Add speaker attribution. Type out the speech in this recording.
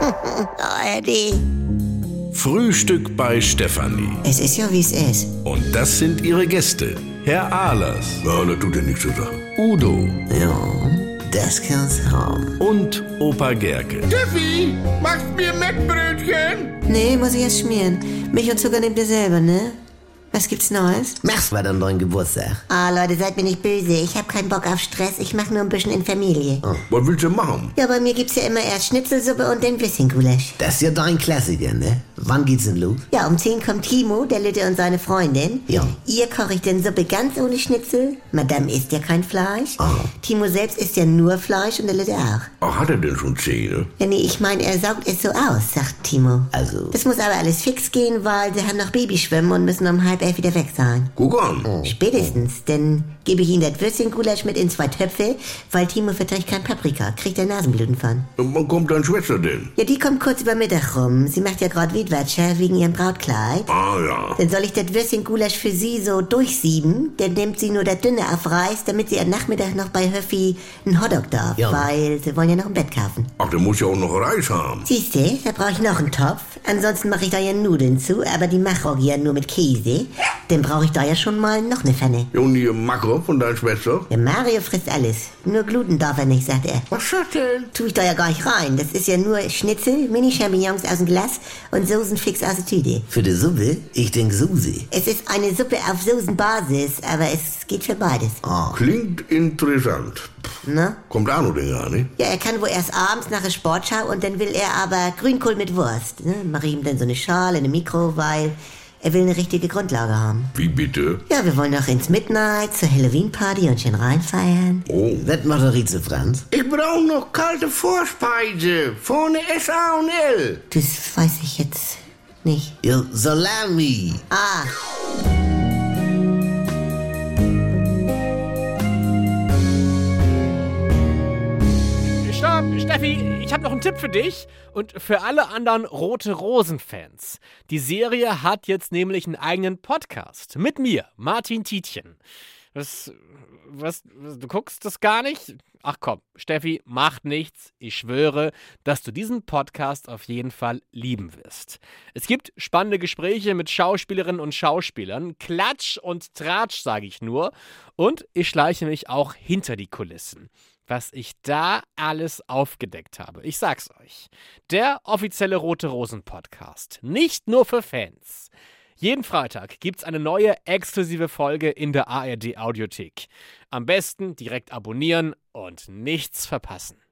Speaker 1: oh, Eddie.
Speaker 2: Frühstück bei Stefanie.
Speaker 1: Es ist ja, wie es ist.
Speaker 2: Und das sind ihre Gäste. Herr Ahlers,
Speaker 3: Ja, das tut dir nichts zur Sache.
Speaker 2: Udo
Speaker 1: Ja, das kann's haben.
Speaker 2: und Opa Gerke.
Speaker 4: Steffi, machst mir Mettbrötchen?
Speaker 1: Nee, muss ich erst schmieren. Milch und Zucker nehmt ihr selber, ne? Was gibt's Neues?
Speaker 5: Mach's mal an deinem Geburtstag.
Speaker 1: Ah, Leute, seid mir nicht böse. Ich hab keinen Bock auf Stress. Ich mach nur ein bisschen in Familie.
Speaker 3: Was willst du machen?
Speaker 1: Ja, bei mir gibt's ja immer erst Schnitzelsuppe und dann Würstchengulasch.
Speaker 5: Das ist ja dein Klassiker, ne? Wann geht's denn los?
Speaker 1: Ja, um 10 kommt Timo, der Lütte und seine Freundin.
Speaker 5: Ja.
Speaker 1: Ihr koche ich denn Suppe ganz ohne Schnitzel. Madame isst ja kein Fleisch. Timo selbst isst ja nur Fleisch und der Lütte auch.
Speaker 3: Ach, hat er denn schon Zähne?
Speaker 1: Ja, nee, ich meine, er saugt es so aus, sagt Timo.
Speaker 5: Also-
Speaker 1: Das muss aber alles fix gehen, weil sie haben noch Babyschwimmen und müssen um halb elf wieder weg sein.
Speaker 3: Guck an.
Speaker 1: Spätestens, denn gebe ich ihm das Würstchengulasch mit in zwei Töpfe, weil Timo verträgt kein Paprika, kriegt er Nasenbluten von.
Speaker 3: Und wann kommt deine Schwester denn?
Speaker 1: Ja, die kommt kurz über Mittag rum. Sie macht ja gerade Wiedwärtscher wegen ihrem Brautkleid.
Speaker 3: Ah, ja.
Speaker 1: Dann soll ich das Würstchengulasch für sie so durchsieben, dann nimmt sie nur das Dünne auf Reis, damit sie am Nachmittag noch bei Höffi einen Hotdog darf,
Speaker 5: Ja.
Speaker 1: weil sie wollen ja noch ein Bett kaufen.
Speaker 3: Ach, der muss ja auch noch Reis haben.
Speaker 1: Siehst du, da brauche ich noch einen Topf. Ansonsten mache ich da ja Nudeln zu, aber die mache ich ja nur mit Käse. Dann brauche ich da ja schon mal noch eine Pfanne.
Speaker 3: Ja, und ihr Makro von deiner Schwester?
Speaker 1: Der Mario frisst alles. Nur Gluten darf er nicht, sagt er.
Speaker 3: Was ist das denn?
Speaker 1: Tue ich da ja gar nicht rein. Das ist ja nur Schnitzel, Mini-Champignons aus dem Glas und Soßenfix aus der Tüte.
Speaker 5: Für die Suppe? Ich denk Susi.
Speaker 1: Es ist eine Suppe auf Soßenbasis, aber es geht für beides.
Speaker 5: Ah.
Speaker 3: Klingt interessant.
Speaker 1: Ne?
Speaker 3: Kommt Arno denn gar nicht?
Speaker 1: Ja, er kann wohl erst abends nach der Sportschau und dann will er aber Grünkohl mit Wurst. Ne? Mache ich ihm dann so eine Schale, eine Mikro, weil er will eine richtige Grundlage haben.
Speaker 3: Wie bitte?
Speaker 1: Ja, wir wollen noch ins Midnight zur Halloween-Party und schön reinfeiern.
Speaker 3: Oh.
Speaker 5: Was macht der Rieze Franz?
Speaker 4: Ich brauche noch kalte Vorspeise. Vorne S, A und L.
Speaker 1: Das weiß ich jetzt nicht.
Speaker 5: Ja, Salami.
Speaker 1: Ah,
Speaker 6: Stopp, Steffi, ich habe noch einen Tipp für dich und für alle anderen Rote Rosen-Fans. Die Serie hat jetzt nämlich einen eigenen Podcast mit mir, Martin Tietjen. Was, was, was, du guckst das gar nicht? Ach komm, Steffi, macht nichts. Ich schwöre, dass du diesen Podcast auf jeden Fall lieben wirst. Es gibt spannende Gespräche mit Schauspielerinnen und Schauspielern. Klatsch und Tratsch, sage ich nur. Und ich schleiche mich auch hinter die Kulissen was ich da alles aufgedeckt habe. Ich sag's euch. Der offizielle Rote Rosen Podcast. Nicht nur für Fans. Jeden Freitag gibt's eine neue exklusive Folge in der ARD Audiothek. Am besten direkt abonnieren und nichts verpassen.